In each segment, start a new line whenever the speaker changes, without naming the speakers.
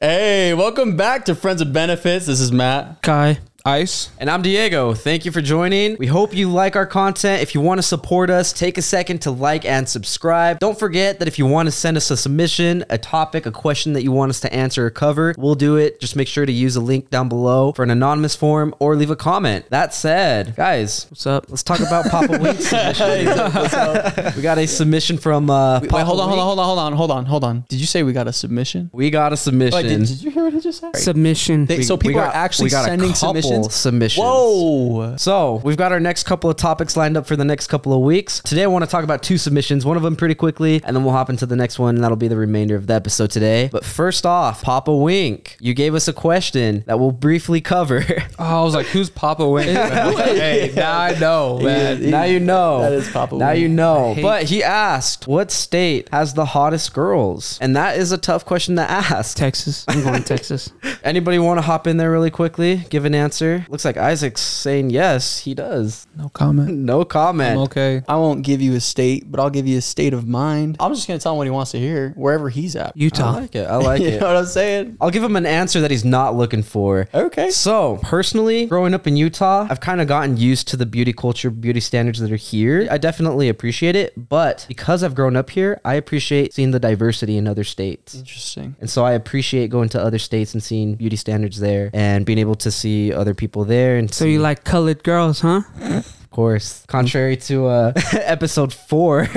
Hey, welcome back to Friends of Benefits. This is Matt.
Kai. Ice.
And I'm Diego. Thank you for joining. We hope you like our content. If you want to support us, take a second to like and subscribe. Don't forget that if you want to send us a submission, a topic, a question that you want us to answer or cover, we'll do it. Just make sure to use a link down below for an anonymous form or leave a comment. That said, guys,
What's up?
let's talk about Papa Wink's submission. we got a submission from uh,
Wait,
Papa
hold on, hold
Wink.
on, hold on, hold on, hold on, hold on. Did you say we got a submission?
We got a submission.
Wait, did, did you hear what he just said?
submission.
They- so
We
people
got-
are actually
we got a
sending
couple
submissions.
Submissions.
Whoa.
So we've got our next couple of topics lined up for the next couple of weeks. Today I want to talk about two submissions, one of them pretty quickly, and then we'll hop into the next one, and that'll be the remainder of the episode today. But first off, Papa Wink, you gave us a question that we'll briefly cover.
Oh, I was like, who's Papa Wayne? hey, now I know, man.
now you know.
Oh, That is Papa
Now
Wink.
you know.
hate-
But he asked, "What state has the hottest girls?" And that is a tough question to ask.
Texas. I'm going to Texas.
Anybody want to hop in there really quickly, give an answer? Looks like Isaac's saying yes. He does.
No comment.
No comment.
I'm okay.
I won't give you a state, but I'll give you a state of mind. I'm just gonna tell him what he wants to hear, wherever he's at.
Utah.
I like it. I like
you
it.
know what I'm saying?
I'll give him an answer that he's not looking for.
Okay.
So, personally, growing up in Utah, I've kind of gotten used to the beauty culture, beauty standards that are here. I definitely appreciate it, but because I've grown up here, I appreciate seeing the diversity in other states.
Interesting.
And so I appreciate going to other states and seeing beauty standards there and being able to see other people there and
So you like colored girls, huh?
of course contrary to uh episode 4.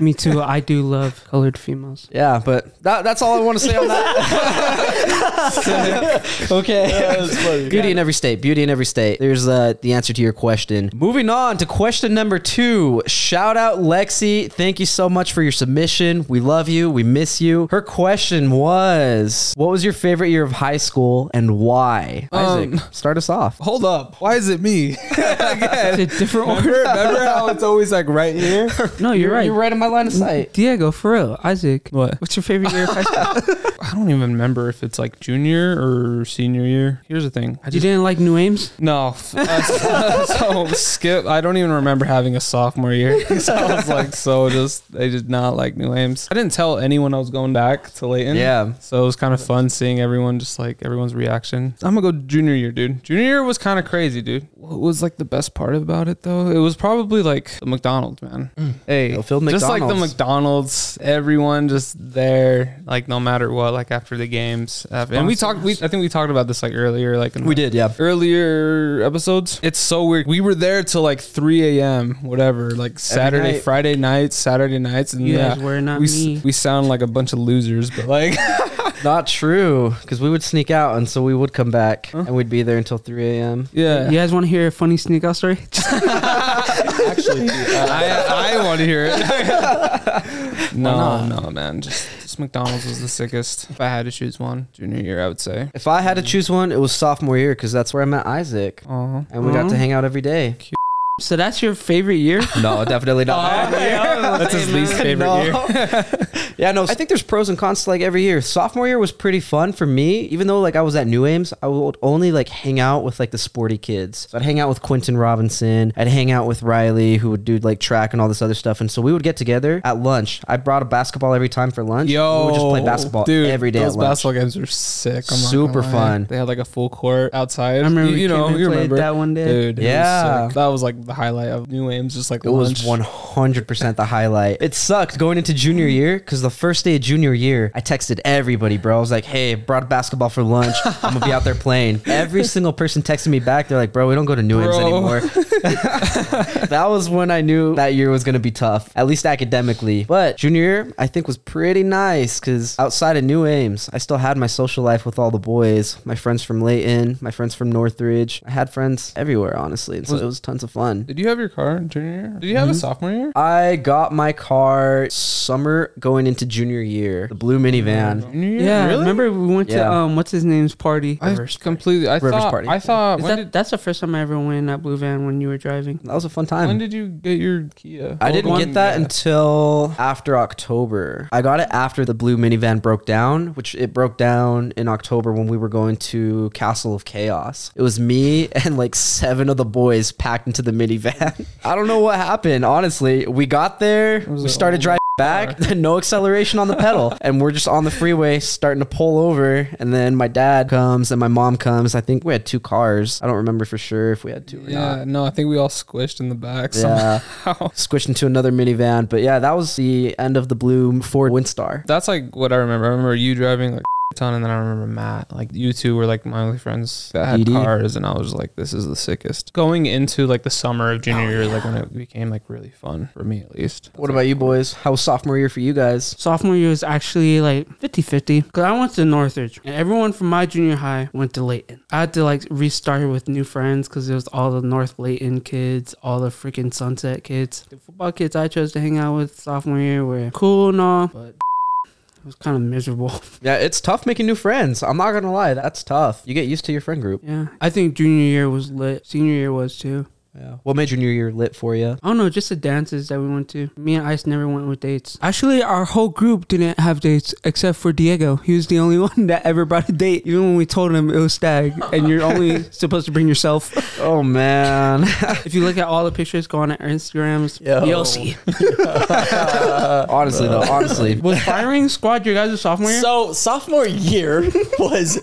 Me too. I do love colored females.
yeah, but that, that's all I want to say on that. okay. Beauty in every state. Beauty in every state. There's uh, the answer to your question. Moving on to question number two. Shout out Lexi. Thank you so much for your submission. We love you. We miss you. Her question was, "What was your favorite year of high school and why?" Isaac, start us off.
Hold up. Why is it me? Again.
It's a different
Remember,
order.
remember how it's always like right here?
No, oh, you're, right.
You're right in my line of sight.
Diego, for real. Isaac.
What?
What's your favorite year of high school?
I don't even remember if it's like junior or senior year. Here's the thing. I
you
just
didn't like New Ames?
no. Uh, so skip. I don't even remember having a sophomore year. So I was like, so just they did not like New Ames. I didn't tell anyone I was going back to Layton.
Yeah.
So it was kind of fun seeing everyone, just like everyone's reaction. I'm gonna go junior year, dude. Junior year was kind of crazy, dude. What was like the best part about it though? It was probably like the McDonald's, man. Hey,
the field
just like the
Mm. McDonald's.
McDonald's, everyone just there, like no matter what, like after the games. After, and we talked. We I think we talked about this like earlier, like in the
did, yeah.
earlier episodes. It's so weird. We were there till like 3 a.m. Whatever, like Saturday,
night.
Friday nights, Saturday nights, and
You
yeah,
guys were not
we
me.
S- we sound like a bunch of losers, but like
Not true, because we would sneak out, and so we would come back, and we'd be there until 3 a.m.
yeah.
You guys want to hear a funny sneak out story?
Uh, I, I want to hear it. no,
Why
no, man. Just, just McDonald's was the sickest. If I had to choose one, junior year, I would say.
If I had to choose one, it was sophomore year, because that's where I met Isaac,
Oh,
and we got
Aw.
to hang out every day.
so that's your favorite year?
No, definitely not.
that's his least favorite year.
yeah, no. I think there's pros and cons to like every year. Sophomore year was pretty fun for me, even though like I was at New Ames, I would only like hang out with like the sporty kids. So I'd hang out with Quentin Robinson. I'd hang out with Riley, who would do like track and all this other stuff. And so we would get together at lunch. I brought a basketball every time for lunch.
Yo,
we would just play basketball every day
Those
at lunch.
basketball games were sick. I'm not
Super
gonna lie.
fun.
They had like a full court outside.
I remember
you,
we
you know,
came and
you
played
remember
that one day.
dude. it was
Yeah.
sick. that was like the highlight of New Ames. Just like
It was
lunch.
100% the highlight. It sucked going into junior year because the first day of junior year, I texted everybody, bro. I was like, hey, brought a basketball for lunch. I'm going to be out there playing. Every single person texted me back. They're like, bro, we don't go to New Ames
Bro.
anymore. that was when I knew that year was going to be tough, at least academically. But junior year, I think, was pretty nice because outside of New Ames, I still had my social life with all the boys, my friends from Layton, my friends from Northridge. I had friends everywhere, honestly. And so
Was-
it was tons of fun.
Did you have your car in junior year? Did you have
Mm-hmm.
a sophomore year?
I got my car summer going into junior year. The blue minivan.
Junior year?
yeah.
Really?
Remember we went to
Yeah.
um what's his name's party?
I completely. I
Rivers
thought.
Party.
I thought.
Is
When
that,
did,
that's the first time I ever went in that blue van when you were driving.
That was a fun time.
when did you get your Kia?
I
Old
didn't
one?
get that
Yeah.
until after October. I got it after the blue minivan broke down, which it broke down in October when we were going to Castle of Chaos. It was me and like seven of the boys packed into the minivan. I don't know what happened. Honestly, we got there, we
an
started
old
driving back, no acceleration on the pedal, and we're just on the freeway starting to pull over. And then my dad comes and my mom comes. I think we had two cars. I don't remember for sure if we had two or
Yeah,
not.
no, I think we all squished in the back
Yeah.
somehow.
Squished into another minivan, but yeah, that was the end of the blue Ford Windstar.
That's like what I remember. I remember you driving like a ton, and then I remember Matt. Like you two were like my only friends that had
DD.
cars, and I was like, this is the sickest. Going into like the summer of junior year, is, like when it became like really fun for me at least.
What about you boys? How was sophomore year for you guys?
Sophomore year was actually like 50 50 because I went to Northridge and everyone from my junior high went to Layton. I had to like restart with new friends because it was all the North Layton kids, all the freaking Sunset kids. The football kids I chose to hang out with sophomore year were cool and all, but it was kind of miserable.
Yeah, it's tough making new friends. I'm not gonna lie, that's tough. You get used to your friend group.
yeah. I think junior year was lit, senior year was too.
Yeah. What made junior year lit for you?
I don't know, just the dances that we went to. Me and Ice never went with dates. Actually, our whole group didn't have dates except for Diego. He was the only one that ever brought a date, even when we told him it was stag and you're only supposed to bring yourself.
Oh man.
If you look at all the pictures, go on our Instagrams,
Yo.
you'll see.
Uh, honestly though, honestly.
Was firing squad your guys' sophomore year?
So sophomore year was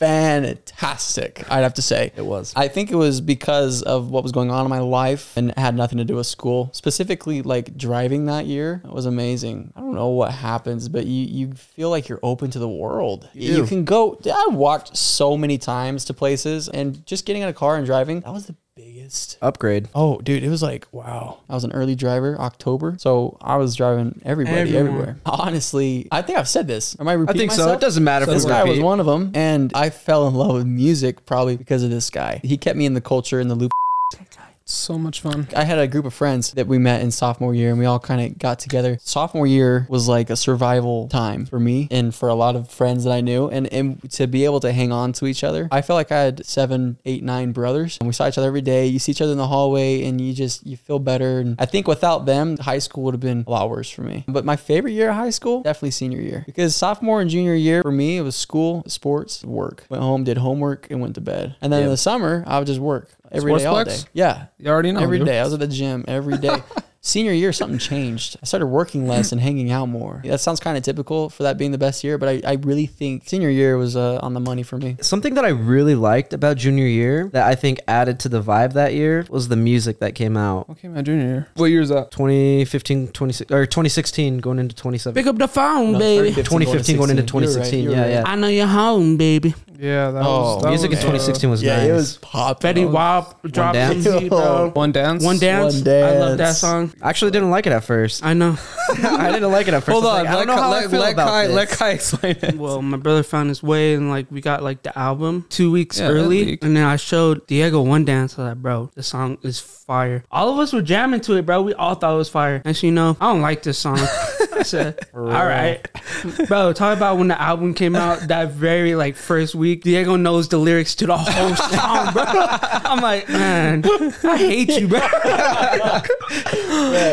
fantastic. I'd have to say
It was.
I think it was because of what was going on in my life and it had nothing to do with school. Specifically, like driving that year was amazing. I don't know what happens, but you, you feel like you're open to the world. You, can go. I walked so many times to places and just getting in a car and driving, that was the biggest.
Upgrade.
Oh, dude, it was like, wow. I was an early driver, October. So I was driving everybody
Everyone.
everywhere. Honestly, I think I've said this. Am I repeating
think so.
myself?
It doesn't matter if
So
we
this guy was
repeat.
one of them. And I fell in love with music probably because of this guy. He kept me in the culture in the loop.
So much fun.
I had a group of friends that we met in sophomore year and we all kind of got together. Sophomore year was like a survival time for me and for a lot of friends that I knew. And, and to be able to hang on to each other, I felt like I had seven, eight, nine brothers. And we saw each other every day. You see each other in the hallway and you just, you feel better. And I think without them, high school would have been a lot worse for me. But my favorite year of high school, definitely senior year. Because sophomore and junior year for me, it was school, sports, work. Went home, did homework, and went to bed. And then in the summer, I would just work every day, all day.
Sportsplex?
Yeah.
You already know
Every
dude.
day. I was at the gym every day. Senior year, something changed. I started working less and hanging out more. That sounds kind of typical for that being the best year, but I, I really think senior year was uh, on the money for me.
Something that I really liked about junior year that I think added to the vibe that year was the music that came out.
Okay, my junior year. What year's that?
2015, 26 or 2016 going into 27.
Pick up the phone,
No,
baby.
2015 going into 2016.
2016. You're right,
yeah,
you're
yeah.
I know you're home, baby.
Yeah, that
Oh,
was that
music in
was, uh,
2016 was
Yeah,
nice.
it was pop.
Betty Wop, drop some
dance.
Z, bro.
One dance.
One dance.
One
I love that
dance.
song.
Actually didn't like it at first.
I know.
I didn't like it at first.
Hold
I was
on.
like, I
let,
don't know how
let,
I feel
let
about
Kai,
this.
let Kai explain it.
Well, my brother found his way, and like we got like the album two weeks
Yeah, that
early,
leaked.
and then I showed Diego one dance. I was like, "Bro, the song is fire." All of us were jamming to it, bro. We all thought it was fire. And she, you know, I don't like this song. I said, "All right, bro." Talk about when the album came out that very like first week. Diego knows the lyrics to the whole song, bro. I'm like, man, I hate you, bro.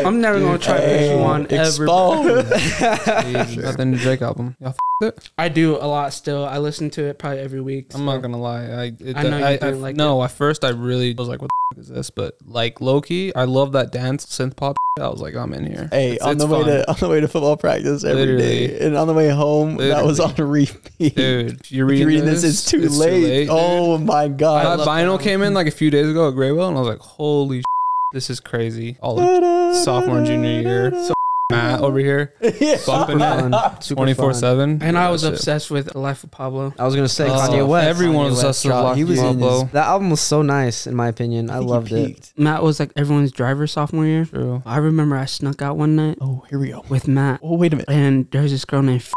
I'm never gonna try this one ever. bro.
Nothing Drake album. Y'all f- it?
I do a lot still. I listen to it probably every week.
I'm not gonna lie. I it,
I know you
I,
didn't like
no. At first, I really was like, "What the f- is this?" But like Loki, I love that dance synth pop. I was like, "I'm in here."
Hey,
It's-
on
it's
the way
fun.
to on the way to football practice every day,
Literally.
and on the way home, that was on
Literally.
repeat.
dude, if you're
If
reading,
you're reading this, it's too late.
dude.
oh my
I
god!
that vinyl came in like a few days ago at Graywell, and I was like, "Holy, sh- this is crazy!" All of sophomore and junior year, so Matt over here
Yeah.
bumping it
Fun, super fun.
24 seven,
And I was obsessed with The Life of Pablo.
I was going to say
Oh,
Kanye West.
everyone
Kanye
was
West.
obsessed with
He
Loki
was in his-
Pablo.
That album was so nice in my opinion. I,
think he
loved it.
peaked.
Matt was like everyone's driver sophomore year.
True.
I remember I snuck out one night
Oh, here we go.
with Matt,
Oh, wait a minute.
and there's this girl named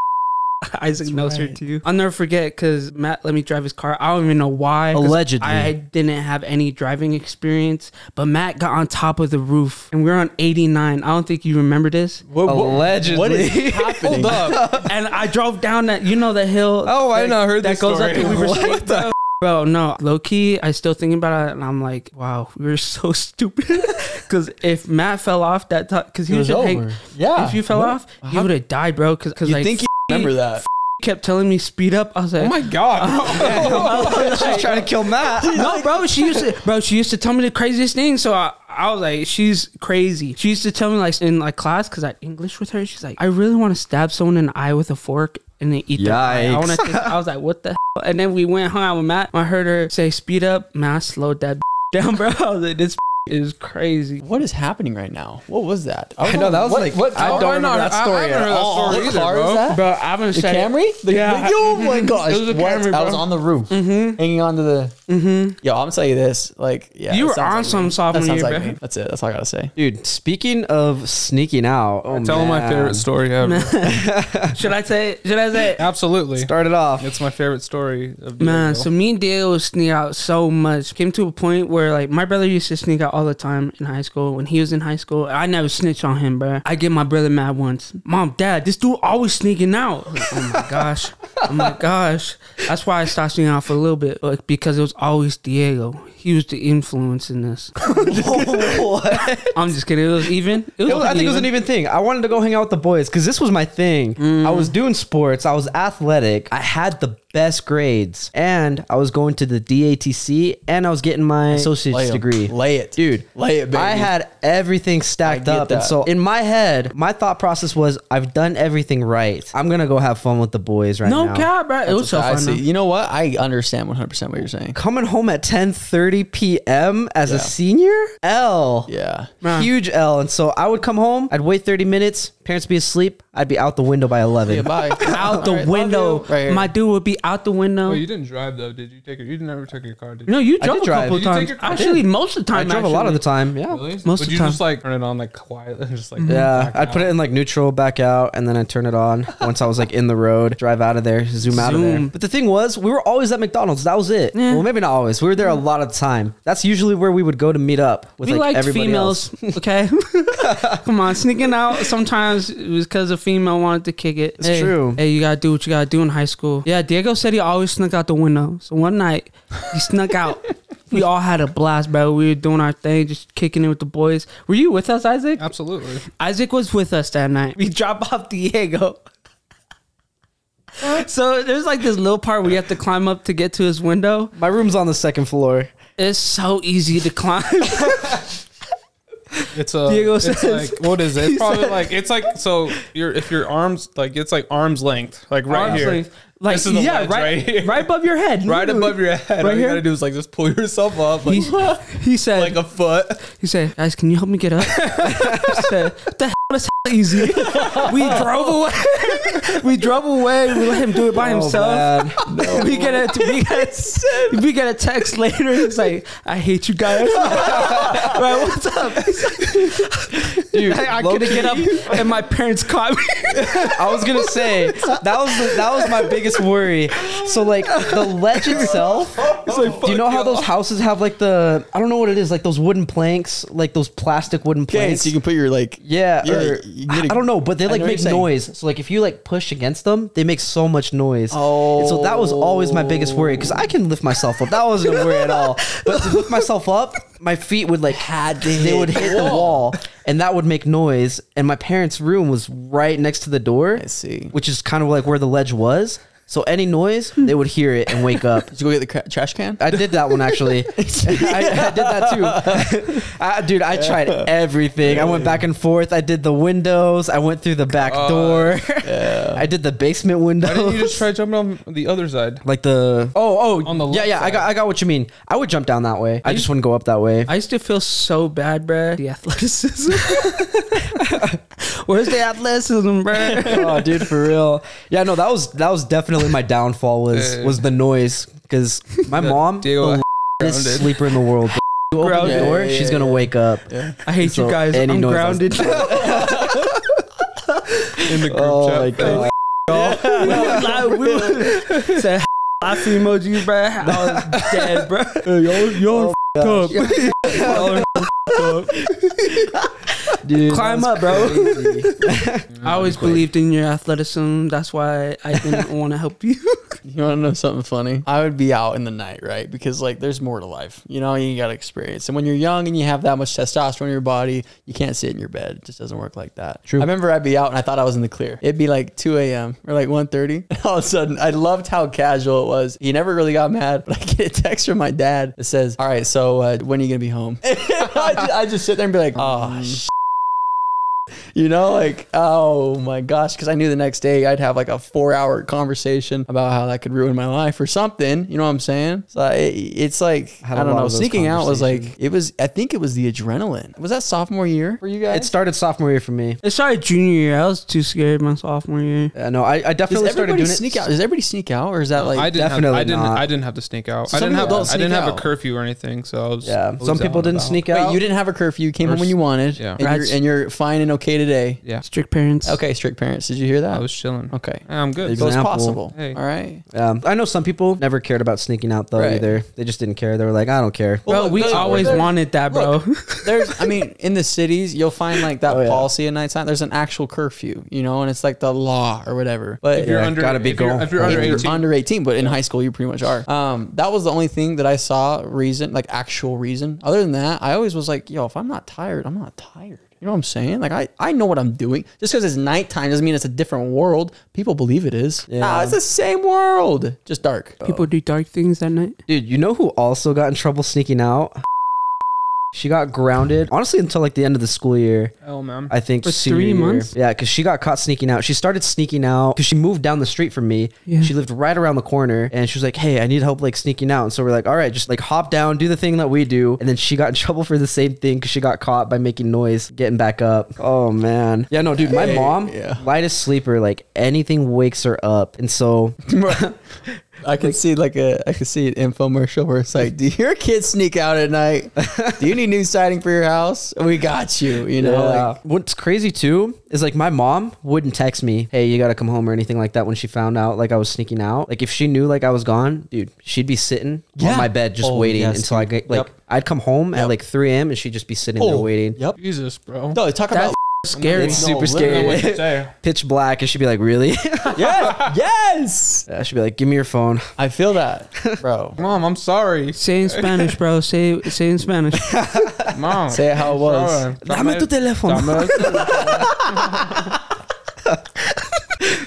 Isaac
That's
knows her
right.
too. I'll never forget because Matt let me drive his car. I don't even know why. 'cause
Allegedly.
I didn't have any driving experience, but Matt got on top of the roof, and we were on 89. I don't think you remember this.
What,
Allegedly.
What is happening?
Hold up.
and I drove down that, you know, the hill.
Oh, I
that-
not heard
that
this
goes up
story.
to Weaver
What
Street, bro. Bro, no, low key, I still thinking about it, and I'm like, wow, we were so stupid. Because if Matt fell off that, because he
It
was
was
just
over.
hang,
yeah.
if you fell off, you would have died, bro. Because
you
like,
think you remember that?
kept telling me speed up. I was like,
Oh my god! bro.
She's trying to kill Matt.
no, bro. She used to, bro. She used to tell me the craziest things. So I, I was like, she's crazy. She used to tell me like in like class because I English with her. She's like, I really want to stab someone in the eye with a fork and then eat their eye. I,
Yikes.
wanna think- I was like, what the? hell? And then we went hung out with Matt. I heard her say, speed up, man. I slowed that down, bro. I was like, this is crazy.
What is happening right now? What was that?
I know that was like what
I don't know that story. I haven't heard that story
What
either,
car
bro.
is that?
Bro, I'm gonna
The
say
Camry? The-
Yeah. Mm-hmm.
the- oh my gosh.
It was a
What?
Camry,
I
bro. Mm-hmm.
was on the roof, hanging onto the. Yo, I'm gonna tell you this. Like, yeah,
You
that
were
sounds
on
like
some
me.
sophomore
that sounds
year,
like
bro.
me. That's it. That's all I gotta say.
Dude, speaking of sneaking out, oh
Tell them my
man.
favorite story ever.
Should I say? it? Should I say? it?
Absolutely,
Start it off.
it's my favorite story of the
Man, so me and Diego sneak out so much. Came to a point where like my brother used to sneak out all the time in high school. When he was in high school, I never snitched on him, bro. I get my brother mad once. Mom, dad, this dude always sneaking out. I'm like, oh my gosh, oh my gosh. That's why I stopped sneaking out for a little bit, like because it was always Diego. He was the influence in this. I'm just kidding. It was even. It was,
It was- I think it was an
even.
even thing. I wanted to go hang out with the boys because this was my thing. I was
Mm.
doing sports. I was athletic. I had the best grades, and I was going to the DATC, and I was getting my associate's
Lay 'em.
degree.
Lay it,
dude.
Lay it, baby.
I had everything stacked
I get
up, and
that.
so in my head, my thought process was, I've done everything right. I'm gonna go have fun with the boys right
No
now.
cap, bro. It was so
I
fun.
see.
though.
You know what? I understand 100 percent what you're saying.
Coming home at 10:30 p.m. as
Yeah.
a senior, L.
Yeah.
Man.
Huge L. And so I would come home, I'd wait 30 minutes, parents be asleep, I'd be out the window by 11.
Yeah, bye.
Out the
All right, love
window,
you. Right here.
my dude would be out the window.
Oh, you didn't drive though, did you? Take your, you never took your car, did you?
No, you drove
did
a
drive.
couple
Did you take
times.
your- I
Actually, most of the
I
time.
drove a lot of the time. Yeah.
Really?
Most
Would
of
you
the
just like turn it on like quiet and just like
Yeah,
back
I'd put
out?
it in like neutral, back out, and then I'd turn it on once I was like in the road, drive out of there, zoom, out of there.
Zoom.
But the thing was, we were always at McDonald's. That was it.
Yeah.
Well, maybe not always. We were there a lot of the time. That's usually where we would go to meet up with
We
like
liked
everybody else.
females, okay? Come on, sneaking out sometimes it was because a female wanted to kick it.
It's
hey,
true.
Hey, you gotta do what you gotta do in high school. Yeah, Diego said he always snuck out the window. So one night, he snuck out. We all had a blast, bro. We were doing our thing, just kicking it with the boys. Were you with us, Isaac?
Absolutely.
Isaac was with us that night. We drop off Diego. so there's like this little part where you have to climb up to get to his window.
My room's on the second floor.
It's so easy to climb.
It's a
Diego
it's
says-
like what is it?
he
It's probably
said-
like it's like so your if your arms like it's like arms length, like right
Arms
here.
length. Like
This is the
yeah,
ledge
right,
right here.
right above your head.
Right above your head.
Right
All you
here?
gotta do is like just pull yourself up like,
He, he said.
like a foot.
he said, guys, can you help me get up? I said, what the hell is easy? we drove away. we drove away. We let him do it by
Oh,
himself.
Oh, man.
we get a we get a, we get a text later. It's like, I hate you guys. right, what's up?
Dude,
I, I
low
couldn't get up,
key,
and my parents caught me.
I was gonna say that was the, that was my biggest worry. So like the ledge itself. do you know how those houses have like the I don't know what it is like those wooden planks like those plastic wooden
Okay,
planks.
so you can put your like.
yeah,
Yeah,
or,
you get a-
I don't know, but they
I
like
know what
make
you're saying.
noise. So like if you like push against them, they make so much noise. and so that was always my biggest worry because I can lift myself up. That wasn't a worry at all. But to lift myself up, my feet would like had they would hit the wall, and that would make noise. And my parents' room was right next to the door
I see.
which is kind of like where the ledge was. So any noise, they would hear it and wake up.
Did you go get the cra- trash can?
I did that one actually. I, I did that too. I, dude, I tried everything. I went back and forth. I did the windows. I went through the back door. I did the basement
Why didn't you
window.
just try jumping on the other side?
Like the oh oh
On the
yeah
left
yeah I got I got what you mean. I would jump down that way. I just wouldn't go up that way.
I used to feel so bad, bruh. The athleticism. Where's the athleticism, bruh?
oh, dude, for real. Yeah, no, that was that was definitely my downfall. Was
Yeah.
was the noise because Oh my mom
Diego
best
grounded.
sleeper in the world. bitch. You open the
Grounded.
door,
Yeah, yeah,
she's
yeah,
gonna
yeah.
wake up.
I hate
So
you guys.
any
I'm
noise I was-
grounded.
in the group
Oh my
chat.
god!
we were like, we were said lots of emojis, bruh. I was dead, bruh.
Hey, y'all, y'all
Oh,
are f***ed up. Y'all are f***ed up.
dude.
Climb up, bro. I always believed in your athleticism. That's why I didn't want to help you.
You want to know something funny? I would be out in the night, right? Because like there's more to life. You know, you got to experience. And when you're young and you have that much testosterone in your body, you can't sit in your bed. It just doesn't work like that. True. I remember I'd be out and I thought I was in the clear. It'd be like 2 a.m. or like 1:30. And all of a sudden, I loved how casual it was. He never really got mad, but I get a text from my dad that says, "All right, so uh, when are you gonna be home?" I, just, I just sit there and be like, "Oh You know, like, oh my gosh, because I knew the next day I'd have like a four hour conversation about how that could ruin my life or something. You know what I'm saying? So I, it's like,
Had
I,
a
don't
lot
know.
of those
Sneaking out was like,
conversations.
it was, I think it was the adrenaline. Was that sophomore year for you guys?
It started sophomore year for me.
It started junior year. I was too scared my sophomore year.
Uh, no, I, I
Does
definitely started
everybody
doing
sneak
it.
out? Does everybody sneak out or is that like,
I didn't
definitely
have, I didn't
not.
I didn't have to sneak out. I
Some
didn't have
people don't
I didn't
sneak
have
out.
a curfew or anything, so I was I
Yeah,
was
some
out
people
and
didn't
about.
sneak out.
wait, you didn't have a curfew. You came home when you wanted
Yeah.
and, you're,
That's-
and you're fine and okay today.
Yeah,
Strict parents.
Okay, strict parents. Did you hear
I
that?
was chilling.
Okay.
Yeah, I'm good.
So it's
Example.
possible.
Hey.
All right.
Um, I know some people never cared about sneaking out though
Right.
either. They just didn't care. They were like, I don't care.
Bro,
Well,
we
look,
always
look,
wanted that, bro.
there's i mean in the cities you'll find like that
Oh, yeah.
policy at nighttime there's an actual curfew you know and it's like the law or whatever but
If you're
Yeah,
under,
gotta be
if you're,
goal.
if you're under
if
18,
you're under 18 but in high school you pretty much are um that was the only thing that i saw reason like actual reason other than that i always was like yo if i'm not tired i'm not tired you know what i'm saying like i i know what i'm doing just because it's nighttime doesn't mean it's a different world people believe it is yeah it's the same world just dark
People do dark things at night.
Dude, you know who also got in trouble sneaking out? She got grounded, honestly, until like the end of the school year.
hell, man.
I think
For
senior
three
year.
months?
Yeah, because she got caught sneaking out. She started sneaking out because she moved down the street from me.
Yeah.
She lived right around the corner, and she was like, "Hey, I need help like sneaking out." And so we're like, "All right, just like hop down, do the thing that we do." And then she got in trouble for the same thing because she got caught by making noise, getting back up. Oh man, yeah, no, dude, my mom,
yeah.
lightest sleeper, like anything wakes her up, and so
I can see like a I can see an infomercial where it's like, "Do your kids sneak out at night? Do you need new siding for your house? We got you." You know, like
what's crazy too is like my mom wouldn't text me, "Hey, you gotta come home" or anything like that when she found out like I was sneaking out. Like if she knew like I was gone, dude, she'd be sitting
Yeah.
on my bed just
Oh,
waiting
yes,
until I get like I'd come home at
Yep.
like 3 a.m. and she'd just be sitting there
Oh,
waiting.
Yep.
Jesus, bro.
No, talk about
Scary.
It's super
literally
scary.
say.
Pitch black, and she'd be like, "Really?"
yeah, yes.
Uh, she'd be like, "Give me your phone."
I feel that, bro.
Mom, I'm sorry.
Say in Spanish, bro. Say say in Spanish.
Mom.
Say it how it was.
sorry.
Dame tu teléfono.
Dame-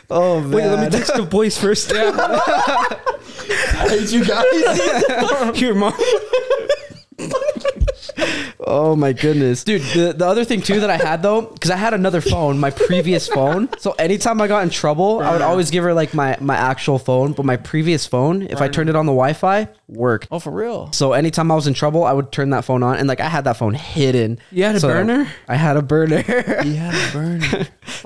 Oh man.
text the boys first.
Yeah.
Did you guys?
Your mom.
Oh my goodness, dude. The, the other thing too that I had though, because I had another phone, my previous phone. So anytime I got in trouble, I would always give her like my my actual phone, but my previous phone, if I turned it on the Wi-Fi, worked.
oh, for real?
So anytime I was in trouble, I would turn that phone on, and like I had that phone hidden.
You had a
So
burner?
I had a burner,
Yeah, burning.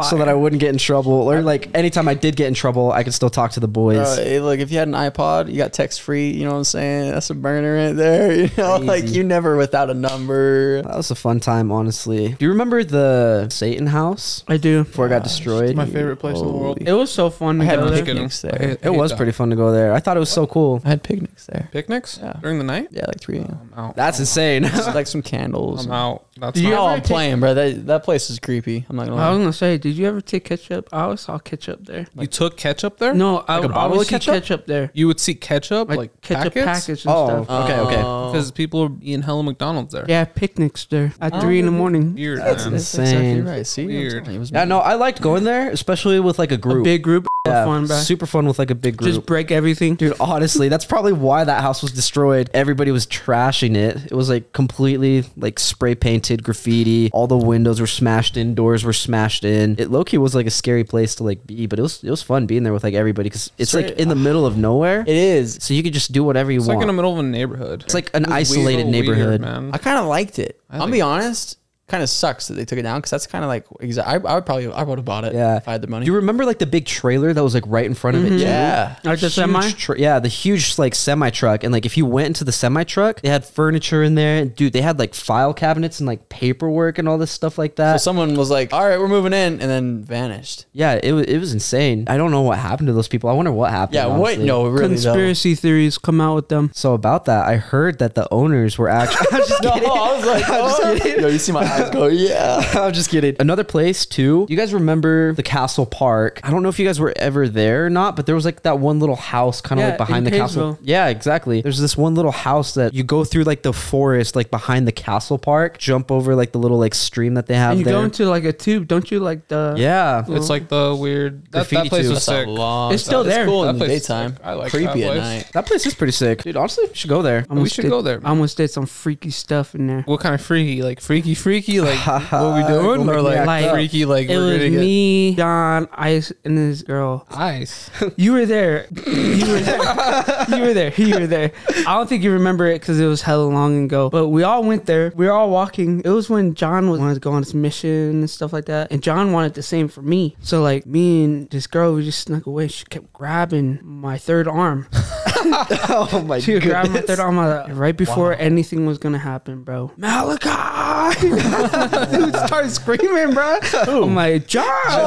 so that I wouldn't get in trouble, or like anytime I did get in trouble, I could still talk to the boys.
Bro, hey, look, if you had an iPod, you got text free. You know what I'm saying? That's a burner right there. You know, like you never without a number.
that was a fun time, honestly. Do you remember the Satan house
I do.
before it got destroyed?
My favorite place in the world.
It was so fun. To
I had
go there.
picnics
I
there.
hate-
It
hate
was
that.
pretty fun to go there. I thought it was so cool.
I had picnics there.
Picnics?
Yeah.
During the night?
Yeah, like three. a.m.
I'm out.
That's insane.
Just like some candles.
I'm
and-
out. That's
No,
not.
I'm playing, bro. That, that place is creepy. I'm not gonna
I was
lie.
gonna say, did you ever take ketchup? I always saw ketchup there.
You took ketchup there?
No, I
Like a
would
bottle
always
of
see
ketchup?
ketchup? there.
You would see ketchup
Like,
like,
ketchup
packets?
packets and
oh,
stuff. Um,
okay, okay.
because people are eating hella McDonald's there.
Yeah, picnics there
Oh.
at three in the morning.
Weird.
That's
man.
ins- insane.
right. See, I'm
Weird.
telling you, it was
Yeah, no, I liked going there, especially with like a
A
group.
big group.
Yeah,
fun, bro.
super fun with like a big group.
Just break everything.
Dude, honestly, that's probably why that house was destroyed. Everybody was trashing it. It was like completely like spray painted graffiti. All the windows were smashed in, doors were smashed in. It low key was like a scary place to like be, but it was it was fun being there with like everybody because it's like
Straight-
in the middle of nowhere,
It is.
so you could just do whatever you
It's
want.
like in the middle of a neighborhood.
it's like an
It was
isolated
weird,
neighborhood.
man.
I kind of liked it.
I
I'll
like
be honest. Kind of sucks that they took it down because that's kind of like exactly. I, I would probably I would have bought it.
Yeah.
if I had the money.
Do you remember like the big trailer that was like right in front
Mm-hmm.
of it? too?
yeah,
Or just semi.
huge tr- yeah, the huge like semi truck, and like if you went into the semi truck, they had furniture in there, and dude, they had like file cabinets and like paperwork and all this stuff like
so
that.
someone was like, "All right, we're moving in," and then vanished.
yeah, it was it was insane. I don't know what happened to those people. I wonder what happened.
Yeah, what?
honestly.
No, really. Conspiracy.
Conspiracy theories come out with them.
So about that, I heard that the owners were actually. I'm just
No,
kidding.
I was like, oh. yo, you see my eyes go, yeah.
I'm just kidding. Another place too. You guys remember the castle park? I don't know if you guys were ever there or not, but there was like that one little house kind of
Yeah,
like behind the
in
castle.
Kaysville.
Yeah, exactly. There's this one little house that you go through like the forest, like behind the castle park, jump over like the little like stream that they have
And you
there.
go into like a tube, don't you? Like the
yeah.
It's like the weird. That, that
Graffiti
place
too.
was sick.
long.
It's still
time.
there.
cool in
That
the
place is
daytime.
sick. I like
Creepy
that
at
place.
night.
That place is pretty sick. Dude, honestly, you should go there.
I almost
should
did-
go there.
I almost did some freaky stuff in there.
What kind of freaky? Like freaky, freaky? Like what we doing?
Don't make me
Or like,
act up.
freaky? Like
it
we're
was
gonna get
me, Don, Ice, and this girl.
ice.
You were there. You were there. you were there. You were there. I don't think you remember it because it was hella long ago. But we all went there. We were all walking. It was when John was wanted to go on his mission and stuff like that. And John wanted the same for me. So like me and this girl, we just snuck away. She kept grabbing my third arm.
Oh my
She grabbed my third arm uh, right before anything was gonna happen, bro. Malachi, dude, started screaming, bro. I'm like,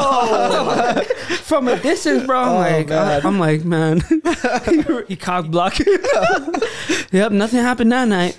John, from a distance, bro. I'm like, I, am like, Oh, man, he cock blocked. yep, nothing happened that night.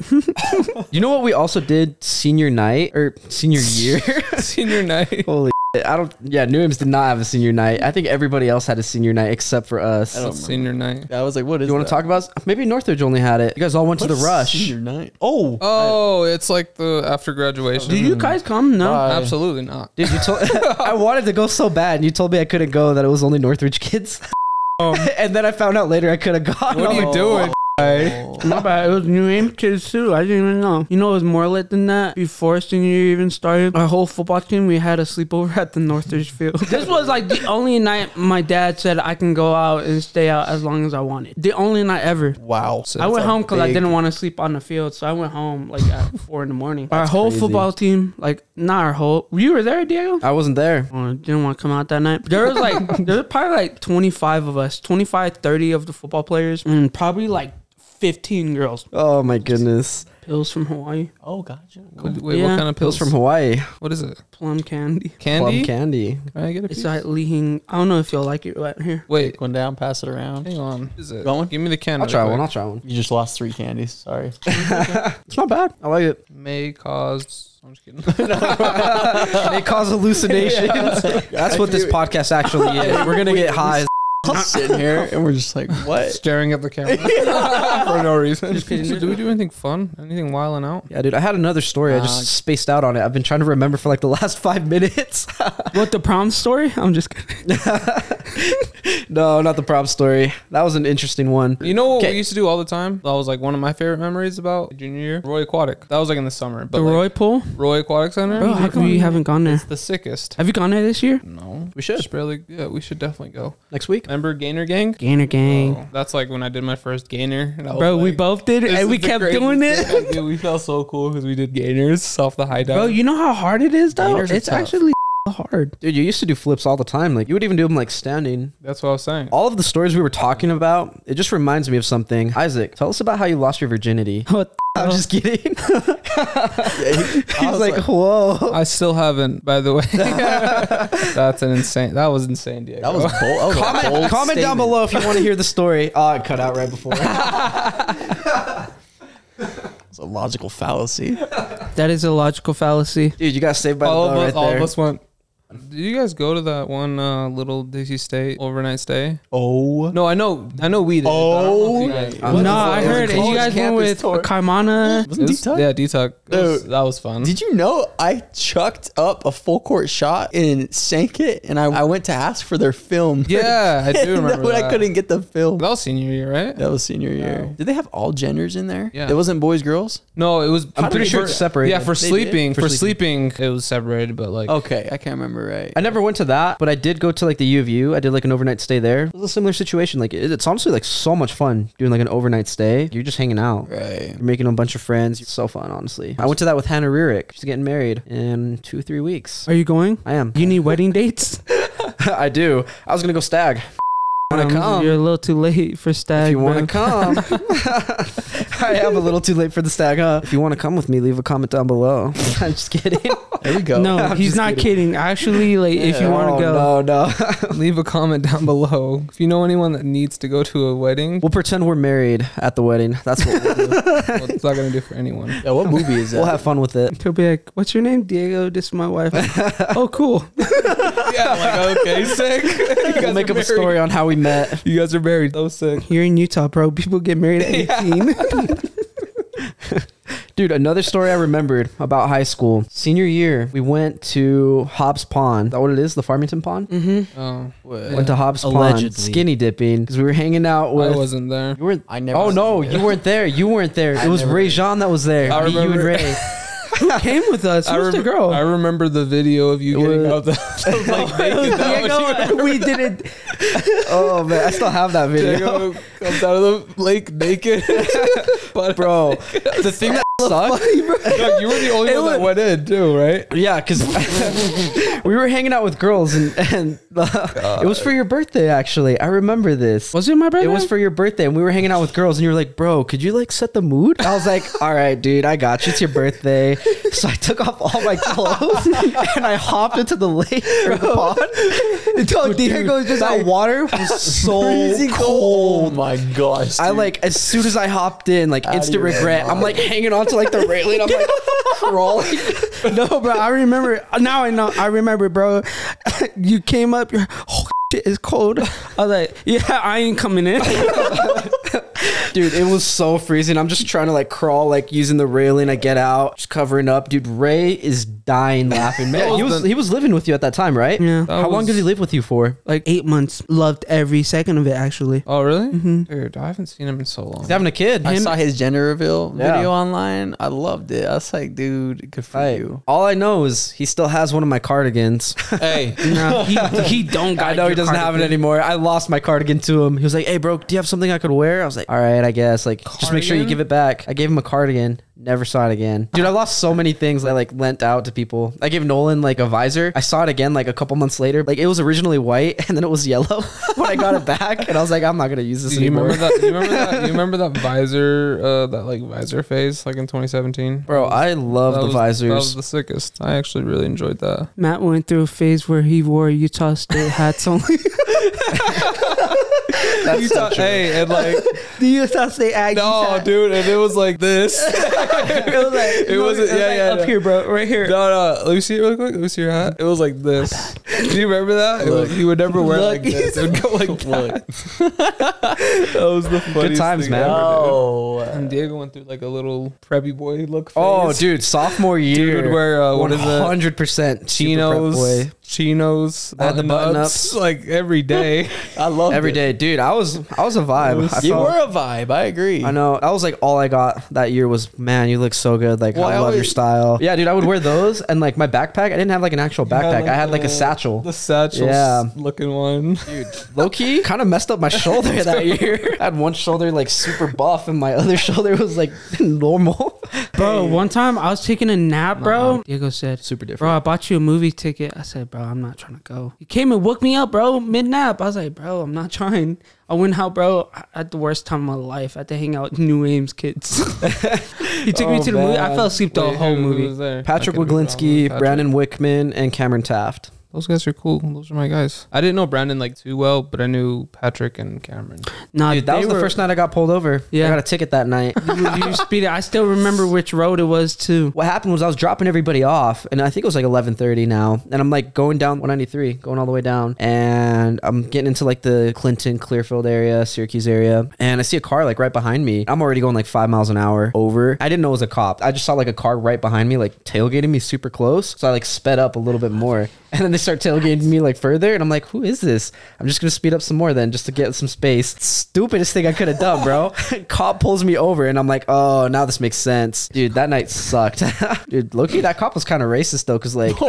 You know what we also did senior night or senior year?
Senior night.
Holy shit. I don't yeah, Newham's did not have a senior night. I think everybody else had a senior night except for us.
Senior night.
I was like, what is
You want to talk about maybe Northridge only had it. You guys all went to the rush.
Senior night. Oh.
Oh, it's like the after graduation.
Did you guys come? No.
Bye.
Absolutely not.
Dude, you told I wanted to go so bad, and you told me I couldn't go. That it was only Northridge kids. and then I found out later I could have gone.
Um, What are you doing?
My bad. It was New Aim kids too. I didn't even know. You know, it was more lit than that. Before senior year even started, our whole football team we had a sleepover at the Northridge Field. this was like the only night my dad said I can go out and stay out as long as I wanted. The only night ever.
Wow.
I went home because I
big-
didn't want to sleep on the field, so I went home like at four in the morning. Our whole football team, like not our whole. You were there, Diego.
I wasn't there.
Uh, didn't want to come out that night. There was like, there was probably like 25 of us, 25, 30 of the football players, and probably like 15 girls
Oh my goodness!
pills from Hawaii,
Oh, gotcha.
Wait, what
Yeah.
kind of
Pills
pills
from Hawaii,
What is it?
plum candy.
plum
Candy?
candy.
Can I get a
It's
piece?
like leaking. I don't know if y'all like it right here.
Wait,
Take one down, pass it around.
hang on. What is it?
Going?
Give me the candy.
I'll try
real
one. I'll
quick.
try one.
You just lost three candies. Sorry.
It's not bad. I like it.
May cause. I'm just kidding.
They cause hallucinations. That's what this podcast actually is. We're gonna get high. as-
sitting here and we're just like, what?
Staring at the camera for no reason. So do we do anything fun? Anything wilding out?
Yeah, dude. I had another story. I
Uh,
just spaced out on it. I've been trying to remember for like the last five minutes.
What the prom story? I'm just kidding.
no, not the prom story. That was an interesting one.
You know what we
Okay.
used to do all the time? That was like one of my favorite memories about junior year. Roy Aquatic. That was like in the summer. But
The
like,
Roy pool,
Roy Aquatic Center.
bro. How come you haven't gone there?
the sickest.
Have you gone there this year?
No, we should. Just barely. Yeah, we should definitely go.
Next week.
Remember Gainer Gang?
Gainer gang,
Oh, that's like when I did my first Gainer. and I was
bro. we
like,
both did it, and
this is
we
the
kept
craziest
doing it.
thing I did. We felt so cool because we did Gainers off the high dive.
Bro, you know how hard it is though.
Gainers are
it's
tough.
actually hard.
Dude, you used to do flips all the time. Like you would even do them like standing.
That's what I was saying.
All of the stories we were talking about, it just reminds me of something. Isaac, tell us about how you lost your virginity.
What?
Oh.
I'm just kidding.
I
He's
was
like,
like,
Oh.
whoa.
I still haven't, by the way. That's an insane. That was insane, Diego.
that was bold. That was a bold
Comment, comment down
statement.
below if you want to hear the story. Oh, it cut out right before.
It's a logical fallacy.
That is a logical fallacy.
Dude, you got saved by the
all of
bell
us.
right
all
there.
of us went. Did you guys go to that one uh, little Dixie State overnight stay?
Oh.
No, I know, I know we did. but I don't know if you guys-
Oh,
It
no,
was
I
a
heard it. You
college
guys went
campus
with
tour.
Kaimana.
Wasn't
It was-
D-Tuck?
Yeah, D-Tuck. It was-
Dude.
That was fun.
Did you know I chucked up a full court shot and sank it, and I, I went to ask for their film.
Yeah, I do remember
but
that.
I couldn't get the film.
That was senior year, right?
That was senior year. Did they have all genders in there?
Yeah.
It wasn't boys, girls.
No, it was.
I'm pretty sure it's separated.
Yeah, for
They did? Oh.
sleeping. For,
For
sleeping. it was separated, but like.
Okay, I can't remember right.
I never went to that, but I did go to like the U of U. I did like an overnight stay there. It was a similar situation. Like it, it's honestly like so much fun doing like an overnight stay. You're just hanging out.
Right.
You're making a bunch of friends. It's so fun, honestly. I went to that with Hannah Rurick. She's getting married in two, three weeks.
Are you going?
I am.
You need wedding dates?
I do. I was gonna go stag. wanna come.
Um, You're a little too late for stag.
if you want to
bro.
come, I am a little too late for the stag, huh? If you want to come with me, leave a comment down below. I'm just kidding.
There we go.
No,
I'm
he's
just
not kidding. Actually, like if you want to
Oh,
go,
no, no.
Leave a comment down below if you know anyone that needs to go to a wedding.
We'll pretend we're married at the wedding. That's what we'll, do.
Well, it's not gonna do for anyone.
Yeah, what movie is that?
we'll have fun with it.
he'll be like, "What's your name, Diego? This is my wife." oh, cool.
yeah, like okay, sick. You guys
We'll make up
are
a
married.
story on how we met.
You guys are married. So sick.
Here in Utah, bro, people get married at 18.
Dude, another story I remembered about high school. Senior year, we went to Hobbs Pond. Is that what it is? The Farmington Pond?
Oh,
Went to Hobbs
Allegedly.
Pond skinny dipping because we were hanging out
I
with.
wasn't there.
You weren't.
I never.
Oh no,
seen
you
it.
weren't there. You weren't there.
I
it was
never
Ray
did.
John that was there.
I
Me, you and
remember.
Ray.
Who came with us?
I,
Who's the
remember-
girl?
I remember the video of you
It
getting
was-
out the house, like naked. That was you.
Diego, we didn't. Oh man, I still have that video,
Diego comes out of the lake naked. but
bro. The thing that sucked.
no, you were the only
It
one
was-
that went in too, right?
Yeah, because we were hanging out with girls, and, and uh, it was for your birthday, actually. I remember this.
was it my brother?
It was for your birthday, and we were hanging out with girls, and you were like, "Bro, could you like set the mood?" I was like, "All right, dude, I got you. It's your birthday." So I took off all my clothes and I hopped into the lake or the pond. Dude, Diego just that water was so
Freezing
cold.
Oh my gosh.
I
dude.
like as soon as I hopped in, like
of
instant
your
regret. I'm like hanging on to like the railing. I'm like crawling.
no, Oh, bro. I remember. Now I know. I remember, bro. you came up. You're, oh, shit, it's cold. I was like, yeah, I ain't coming in.
Dude, it was so freezing. I'm just trying to like crawl, like using the railing. I get out, just covering up. Dude, Ray is dying laughing. Man, he was he was living with you at that time, right?
Yeah.
How long did he live with you for?
like eight months. Loved every second of it. Actually,
Oh, really?
Mm-hmm.
Dude, I haven't seen him in so long.
He's having a kid.
I
Him-
saw his gender reveal
Yeah.
video online. I loved it. I was like, dude, good for
Right.
you.
All I know is he still has one of my cardigans.
Hey,
no, he, he don't. Got
I know he
your
doesn't have it
cardigan.
anymore. I lost my cardigan to him. He was like, "Hey, bro, do you have something I could wear?" I was like, "All right, I guess. Like, just make sure you
Cardigan?
give it back." I gave him a cardigan. Never saw it again, dude. I lost so many things. I like lent out to people. I gave Nolan like a visor. I saw it again like a couple months later. Like it was originally white and then it was yellow when I got it back, and I was like, "I'm not gonna use this
Do you
anymore."
remember that? You remember that? You remember that visor? Uh, that like visor phase, like in 2017.
Bro, I love
That
the
was-
visors.
That was the sickest. I actually really enjoyed that.
Matt went through a phase where he wore Utah State hats only.
That's
You
so
thought-
true.
hey, and like
the Utah State Aggies.
no,
hat.
dude, and it was like this.
It was like
It wasn't- yeah, yeah,
up
yeah.
here, bro, right here.
No, no. Let me see it real quick. Let me see your hat. It was like this. Do you remember that? It was- you would never wear it like this. It would go like that. that was the funniest
times,
thing
man.
ever, dude.
oh,
And Diego went through like a little preppy boy look. Phase.
Oh, dude, sophomore year.
would wear uh,
One
what is it?
hundred percent
Chinos, chinos,
I had the
button-ups,
button-ups.
like every day.
I love
every day, dude. I was I was a vibe. I
You
felt-
were a vibe. I agree.
I know. That was like all I got that year was, man, you look so good. Like,
Well,
I
I
love your
always-
style. Yeah, dude, I would wear those and like my backpack. I didn't have like an actual
had,
backpack.
like,
I had uh, like a
the-
satchel.
The satchel
Yeah.
looking one.
Low key, kind of messed up my shoulder that year. I had one shoulder like super buff and my other shoulder was like normal.
Bro, one time I was taking a nap, bro. Diego said,
Super different.
Bro, I bought you a movie ticket. I said, Bro, I'm not trying to go. He came and woke me up, bro, mid nap. I was like, Bro, I'm not trying. I went out, bro, at the worst time of my life. I had to hang out with New Ames kids. he took me
Oh,
to the movie. I
man.
fell asleep the
Wait,
whole
who- who
movie.
was there?
Patrick
I could be wrong.
Wiglinski,
Patrick.
Brandon Wickman, and Cameron Taft.
Those guys are cool. Those are my guys. I didn't know Brandon like too well, but I knew Patrick and Cameron.
Nah,
Dude, that
they
was the
were-
first night I got pulled over. Yeah.
Yeah.
I got a ticket that night.
you, you speeded. I still remember which road it was, too.
what happened was I was dropping everybody off, and I think it was like 11:30 now, and I'm like going down 193, going all the way down, and I'm getting into like the Clinton, Clearfield area, Syracuse area, and I see a car like right behind me. I'm already going like five miles an hour over. I didn't know it was a cop. I just saw like a car right behind me, like tailgating me super close, so I like sped up a little bit more, and then they start tailgating me like further, and I'm like, who is this? I'm just gonna speed up some more then, just to get some space. Stupidest thing I could have done, bro. cop pulls me over, and I'm like, oh, now this makes sense, dude. That night sucked, dude. Loki, that cop was kind of racist though, cause like,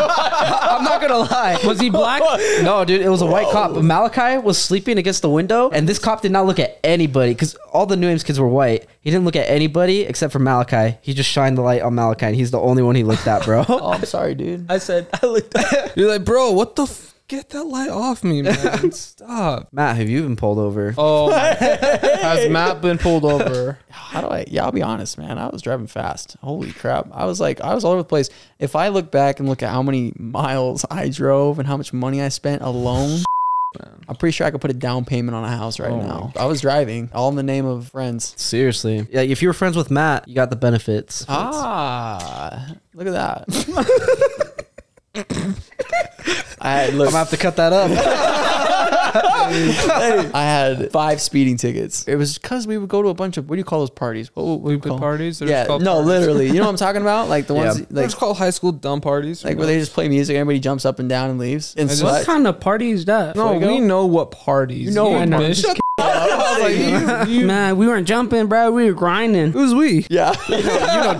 I'm not gonna lie.
Was he black?
No, dude, it was a white cop. Malachi was sleeping against the window, and this cop did not look at anybody because all the New Ames kids were white. He didn't look at anybody except for Malachi. He just shined the light on Malachi, and he's the only one he looked at, bro.
Oh, I'm sorry, dude.
I said, I looked at
You're like, bro, what the? F-? Get that light off me, man. Stop.
Matt, have you been pulled over?
Oh, has Matt been pulled over?
How do I? Yeah, I'll be honest, man. I was driving fast. Holy crap! I was like, I was all over the place. If I look back and look at how many miles I drove and how much money I spent alone, I'm pretty sure I could put a down payment on a house right now. I was driving all in the name of friends.
Seriously. Yeah, if you were friends with Matt, you got the benefits.
Uh, Ah, look at that. I had, look,
I'm gonna have to cut that up.
I had five speeding tickets. It was because we would go to a bunch of what do you call those parties? What, what, what do you
Stupid
call
parties? They're
Yeah,
just called
no,
parties.
literally. You know what I'm talking about? Like the ones
They're
like
just called high school dumb parties.
like where they just play music, everybody jumps up and down and leaves. And
just-
sweat.
What kind of party is that?
no,
Fuego?
we know what parties.
You know what parties.
Shut the fuck up. Like, you, you,
Man, we weren't jumping, bro. We were grinding.
Who's we?
Yeah.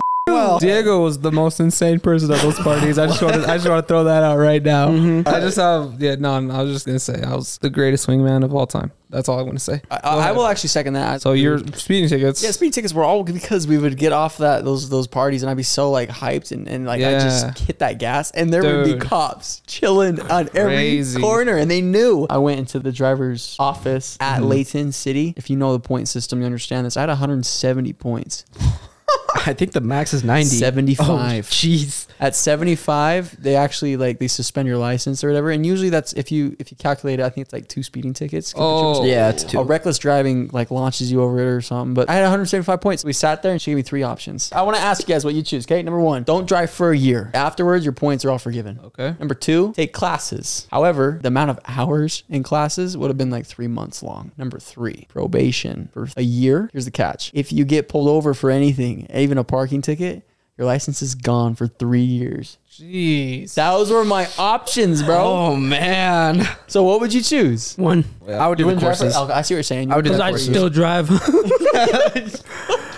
Diego was the most insane person at those parties. I just want to, I just want to throw that out right now. I just have, yeah, no, no, I was just gonna say I was the greatest wingman of all time. That's all I want to say.
I, I will actually second that.
So your speeding tickets,
yeah, speed tickets were all because we would get off that those those parties and I'd be so like hyped and, and like I just
Yeah.
hit that gas and there would
Dude.
be cops chilling on
Crazy.
every corner and they knew. I went into the driver's office at
Mm-hmm.
Layton City. If you know the point system, you understand this. I had 170 points.
I think the max is 90.
75.
Oh, Jeez.
At 75, they actually like they suspend your license or whatever. And usually that's if you if you calculate it, I think it's like two speeding tickets.
Oh.
yeah, it's two.
A reckless driving like launches you over it or something. But I had 175 points. We sat there and she gave me three options. I want to ask you guys what you choose. Okay, number one, don't drive for a year. Afterwards, your points are all forgiven.
Okay.
Number two, take classes. However, the amount of hours in classes would have been like three months long. Number three, probation for a year. Here's the catch: if you get pulled over for anything, even a parking ticket. Your license is gone for three years.
Jeez.
Those were my options, bro.
Oh, man.
So, what would you choose?
One.
I would do
You
the
wouldn't drive for-
courses.
oh, I see what you're saying.
I would do
Because
the
I
courses.
still drive.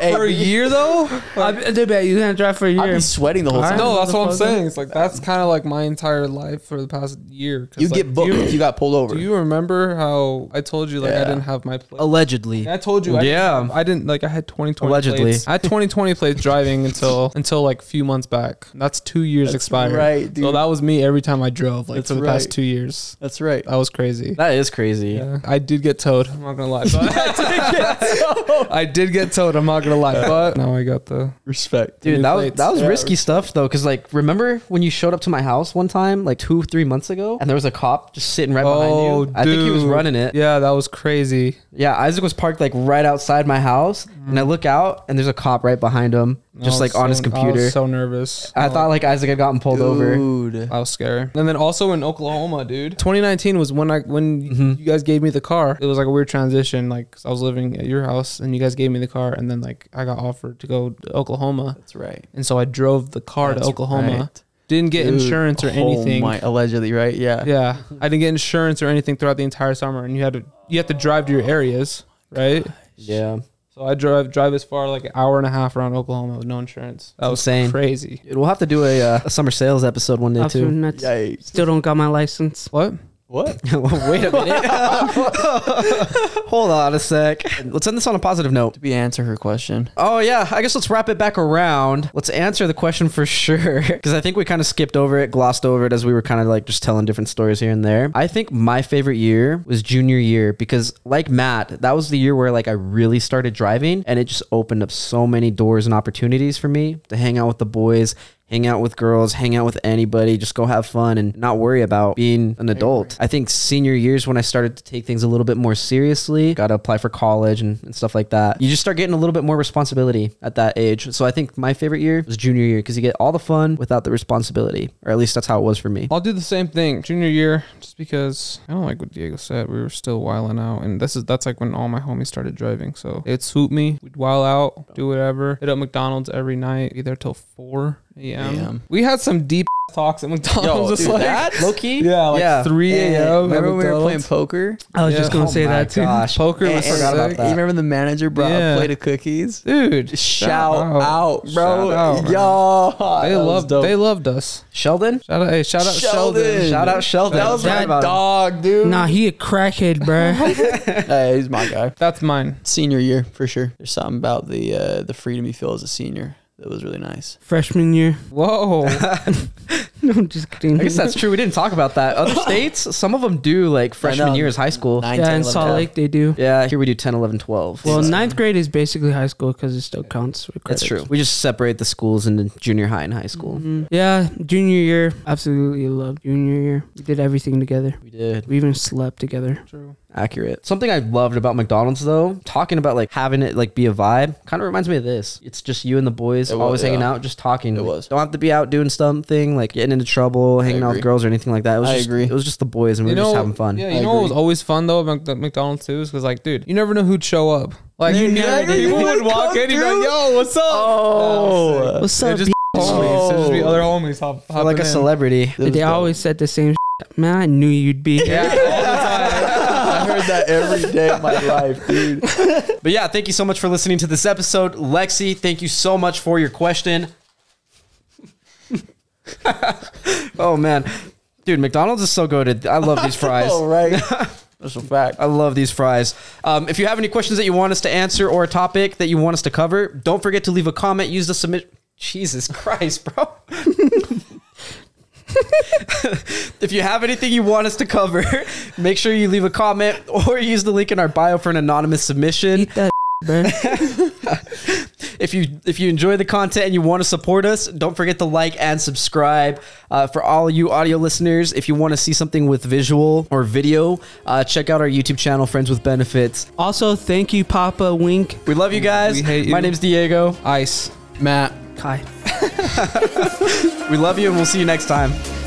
Hey,
For a year though?
I bet I bet you can't drive for a
I'd
year.
be sweating the whole time.
No, that's what I'm saying. It's like that's kind of like my entire life for the past year. 'Cause,
You
like,
get booked
do
if you got pulled over.
Do you remember how I told you like I
Yeah.
didn't have my plate?
Allegedly.
I told you. I,
Yeah.
I didn't like. I had 2020
Allegedly.
plates. I had 2020 plates driving until until like a few months back. That's two years expired.
right, dude.
So that was me every time I drove like
That's
for the past
right.
two years.
That's right.
That was crazy.
That is crazy.
Yeah. I did get towed. I'm not gonna lie. But I, did get towed. I did get towed. I'm not gonna lie. But now I got the
Respect.
Dude,
New
that was
plates.
that was
Yeah.
risky stuff though, because like remember when you showed up to my house one time, like two three months ago, and there was a cop just sitting right
oh.
behind you. I think he was
dude.
running it. Yeah.
Yeah, that was crazy.
Isaac was parked like right outside my house, and I look out and there's a cop right behind him, just
I
like
was
on
Oh, so-
his computer.
I
I,
was so nervous.
thought like Isaac had gotten pulled over.
Dude.
I was scared. And then also in Oklahoma, dude. 2019 was when I when you guys gave me the car. It was like a weird transition. Like 'cause I was living at your house, and you guys gave me the car, and then like I got offered to go to Oklahoma,
That's right.
and so I drove the car
That's
to Oklahoma.
right.
Didn't get
Dude,
insurance or
oh
anything.
my- allegedly, right? Yeah.
Yeah, I didn't get insurance or anything throughout the entire summer, and you had to you had to drive to your areas,
Oh
right?
Yeah.
So I drove drive as far like an hour and a half around Oklahoma with no insurance. That was
Insane.
crazy.
Dude, we'll have to do a, uh, a summer sales episode one day
Off your
too.
nuts.
Yikes.
Still don't got my license.
What?
What?
Wait a minute. Hold on a sec. Let's end this on a positive note.
We answer her question.
Oh yeah, I guess let's wrap it back around. Let's answer the question for sure because I think we kind of skipped over it, glossed over it as we were kind of like just telling different stories here and there. I think my favorite year was junior year because like Matt, that was the year where like I really started driving and it just opened up so many doors and opportunities for me to hang out with the boys, hang out with girls, hang out with anybody, just go have fun and not worry about being an adult. I think senior years when I started to take things a little bit more seriously, got to apply for college and, and stuff like that. You just start getting a little bit more responsibility at that age. So I think my favorite year was junior year because you get all the fun without the responsibility, or at least that's how it was for me.
I'll do the same thing junior year, just because I don't like what Diego said. We were still wiling out, and this is that's like when all my homies started driving. So it swooped me. We'd wile out, do whatever. Hit up McDonald's every night, either till four a.m.
Damn.
We had some deep talks at
Oh,
McDonald's.
Yo,
just
dude,
like
that?
Low key,
yeah, like three
Hey,
a.m. at
Remember when we were playing
McDonald's.
poker?
I was
Yeah.
just gonna
Oh
say
my
that too.
gosh.
poker
And-
was
and-
forgot about
sick.
that.
You remember the manager brought
Yeah.
a plate of cookies?
dude.
Shout out, bro.
Shout out,
Y'all.
They
That was
loved.
dope.
They loved us.
Sheldon.
Shout out, hey, shout out Sheldon.
Sheldon.
Shout out Sheldon.
That was
Sorry
my
about it.
dog, dude.
Nah, he a crackhead, bro.
Hey, he's my guy.
That's mine.
Senior year for sure. There's something about the uh, the freedom you feel as a senior That was really nice.
Freshman year.
Whoa.
No, I'm just kidding.
I guess that's true. We didn't talk about that. Other states, some of them do like freshman
know.
year is high school.
Nine,
yeah,
10,
in
11,
Salt
12.
Lake they do.
Yeah, here we do 10, 11, 12.
Well,
So,
ninth grade is basically high school because it still counts. For
that's
credits.
true. We just separate the schools into junior high and high school.
Mhm. Yeah, junior year, absolutely loved junior year. We did everything together.
We did.
We even slept together.
Accurate. Something I loved about McDonald's though, talking about like having it like be a vibe, kind of reminds me of this. It's just you and the boys
It wa-
always hanging
yeah.
out, just talking.
It
Like,
was.
Don't have to be out doing something, like getting into trouble, hanging out with
agree.
girls or anything like that. It was
I
just,
agree.
It was just the boys and we were just having fun.
Yeah,
I
you know what was
agree.
always fun though about Mc- McDonald's too is because like, dude, you never know who'd show up. Like,
You never did.
people
They
would
would
walk
come
in, you'd be
through.
like, yo, what's up?
Oh.
Sick.
What's
It'd
up?
just be homies. It'd just be other homies hop,
Felt like
hopping
a
in.
celebrity.
It was
they
dope.
always said the same. Shit. Man, I knew you'd be here.
Yeah, all the time.
I heard that every day of my life, dude.
But yeah, thank you so much for listening to this episode. Lexi, thank you so much for your question. oh man. Dude, McDonald's is so good. I love these fries.
All right. That's a fact.
I love these fries. Um, if you have any questions that you want us to answer or a topic that you want us to cover, don't forget to leave a comment. Use the submit. Jesus Christ, bro. if you have anything you want us to cover, make sure you leave a comment or use the link in our bio for an anonymous submission.
Eat that, bro.
If you if you enjoy the content and you want to support us, don't forget to like and subscribe. Uh, for all you audio listeners, if you want to see something with visual or video, uh, check out our YouTube channel, Friends with Benefits.
Also, thank you, Papa Wink.
We love you guys.
We hate
My
you.
name's Diego.
Ice.
Matt.
Kai.
We love you, and we'll see you next time.